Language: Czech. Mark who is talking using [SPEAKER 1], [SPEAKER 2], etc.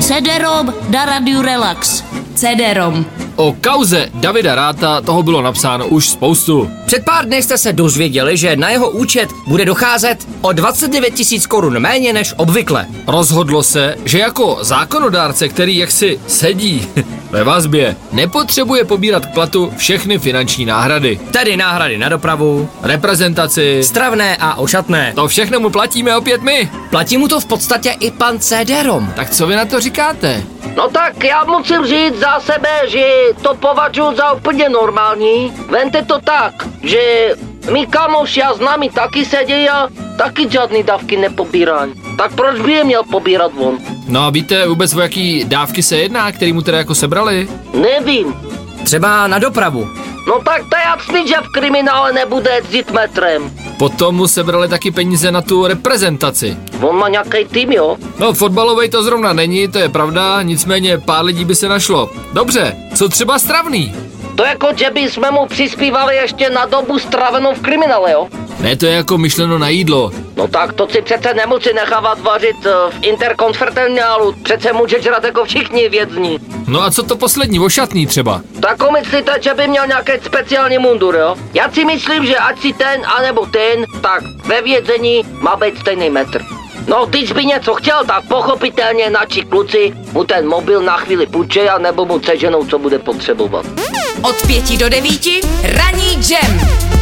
[SPEAKER 1] CD-ROM na Radiu Relax.
[SPEAKER 2] CD-ROM.
[SPEAKER 3] O kauze Davida Ráta toho bylo napsáno už spoustu.
[SPEAKER 4] Před pár dny jste se dozvěděli, že na jeho účet bude docházet o 29 000 korun méně než obvykle.
[SPEAKER 3] Rozhodlo se, že jako zákonodárce, který jaksi sedí ve vazbě, nepotřebuje pobírat k platu všechny finanční náhrady.
[SPEAKER 4] Tedy náhrady na dopravu,
[SPEAKER 3] Reprezentaci,
[SPEAKER 4] stravné a ošatné.
[SPEAKER 3] to všechno mu platíme opět my.
[SPEAKER 4] Platí mu to v podstatě i pan CD-ROM.
[SPEAKER 3] Tak co vy na to říkáte?
[SPEAKER 5] No tak já musím říct za sebe, že to považuji za úplně normální. Vente to tak, že mi kamoš a známy taky sedí a taky žádný dávky nepobírají. Tak proč by je měl pobírat on?
[SPEAKER 3] No a víte vůbec, o jaký dávky se jedná, který mu teda jako sebrali?
[SPEAKER 5] Nevím.
[SPEAKER 4] Třeba na dopravu.
[SPEAKER 5] No tak to je jasný, že v kriminále nebude jezdit metrem.
[SPEAKER 3] Potom mu sebrali taky peníze na tu reprezentaci.
[SPEAKER 5] On má nějaký tým, jo?
[SPEAKER 3] No, fotbalovej to zrovna není, to je pravda, nicméně pár lidí by se našlo. Dobře, co třeba stravný?
[SPEAKER 5] To jako, že by jsme mu přispívali ještě na dobu stravenou v kriminále, jo?
[SPEAKER 3] Ne, to je jako myšleno na jídlo.
[SPEAKER 5] No tak to si přece nemusí nechávat vařit eh, v interkonfertenálu, přece může žrat jako všichni vězni.
[SPEAKER 3] No a co to poslední, ošatný třeba?
[SPEAKER 5] Tak myslíte, že by měl nějaký speciální mundur, jo? Já si myslím, že ať si ten, anebo ten, tak ve vězení má být stejný metr. No, když by něco chtěl, tak pochopitelně naši kluci mu ten mobil na chvíli půjčej, anebo mu seženou, co bude potřebovat.
[SPEAKER 2] Od pěti do devíti ranní jam.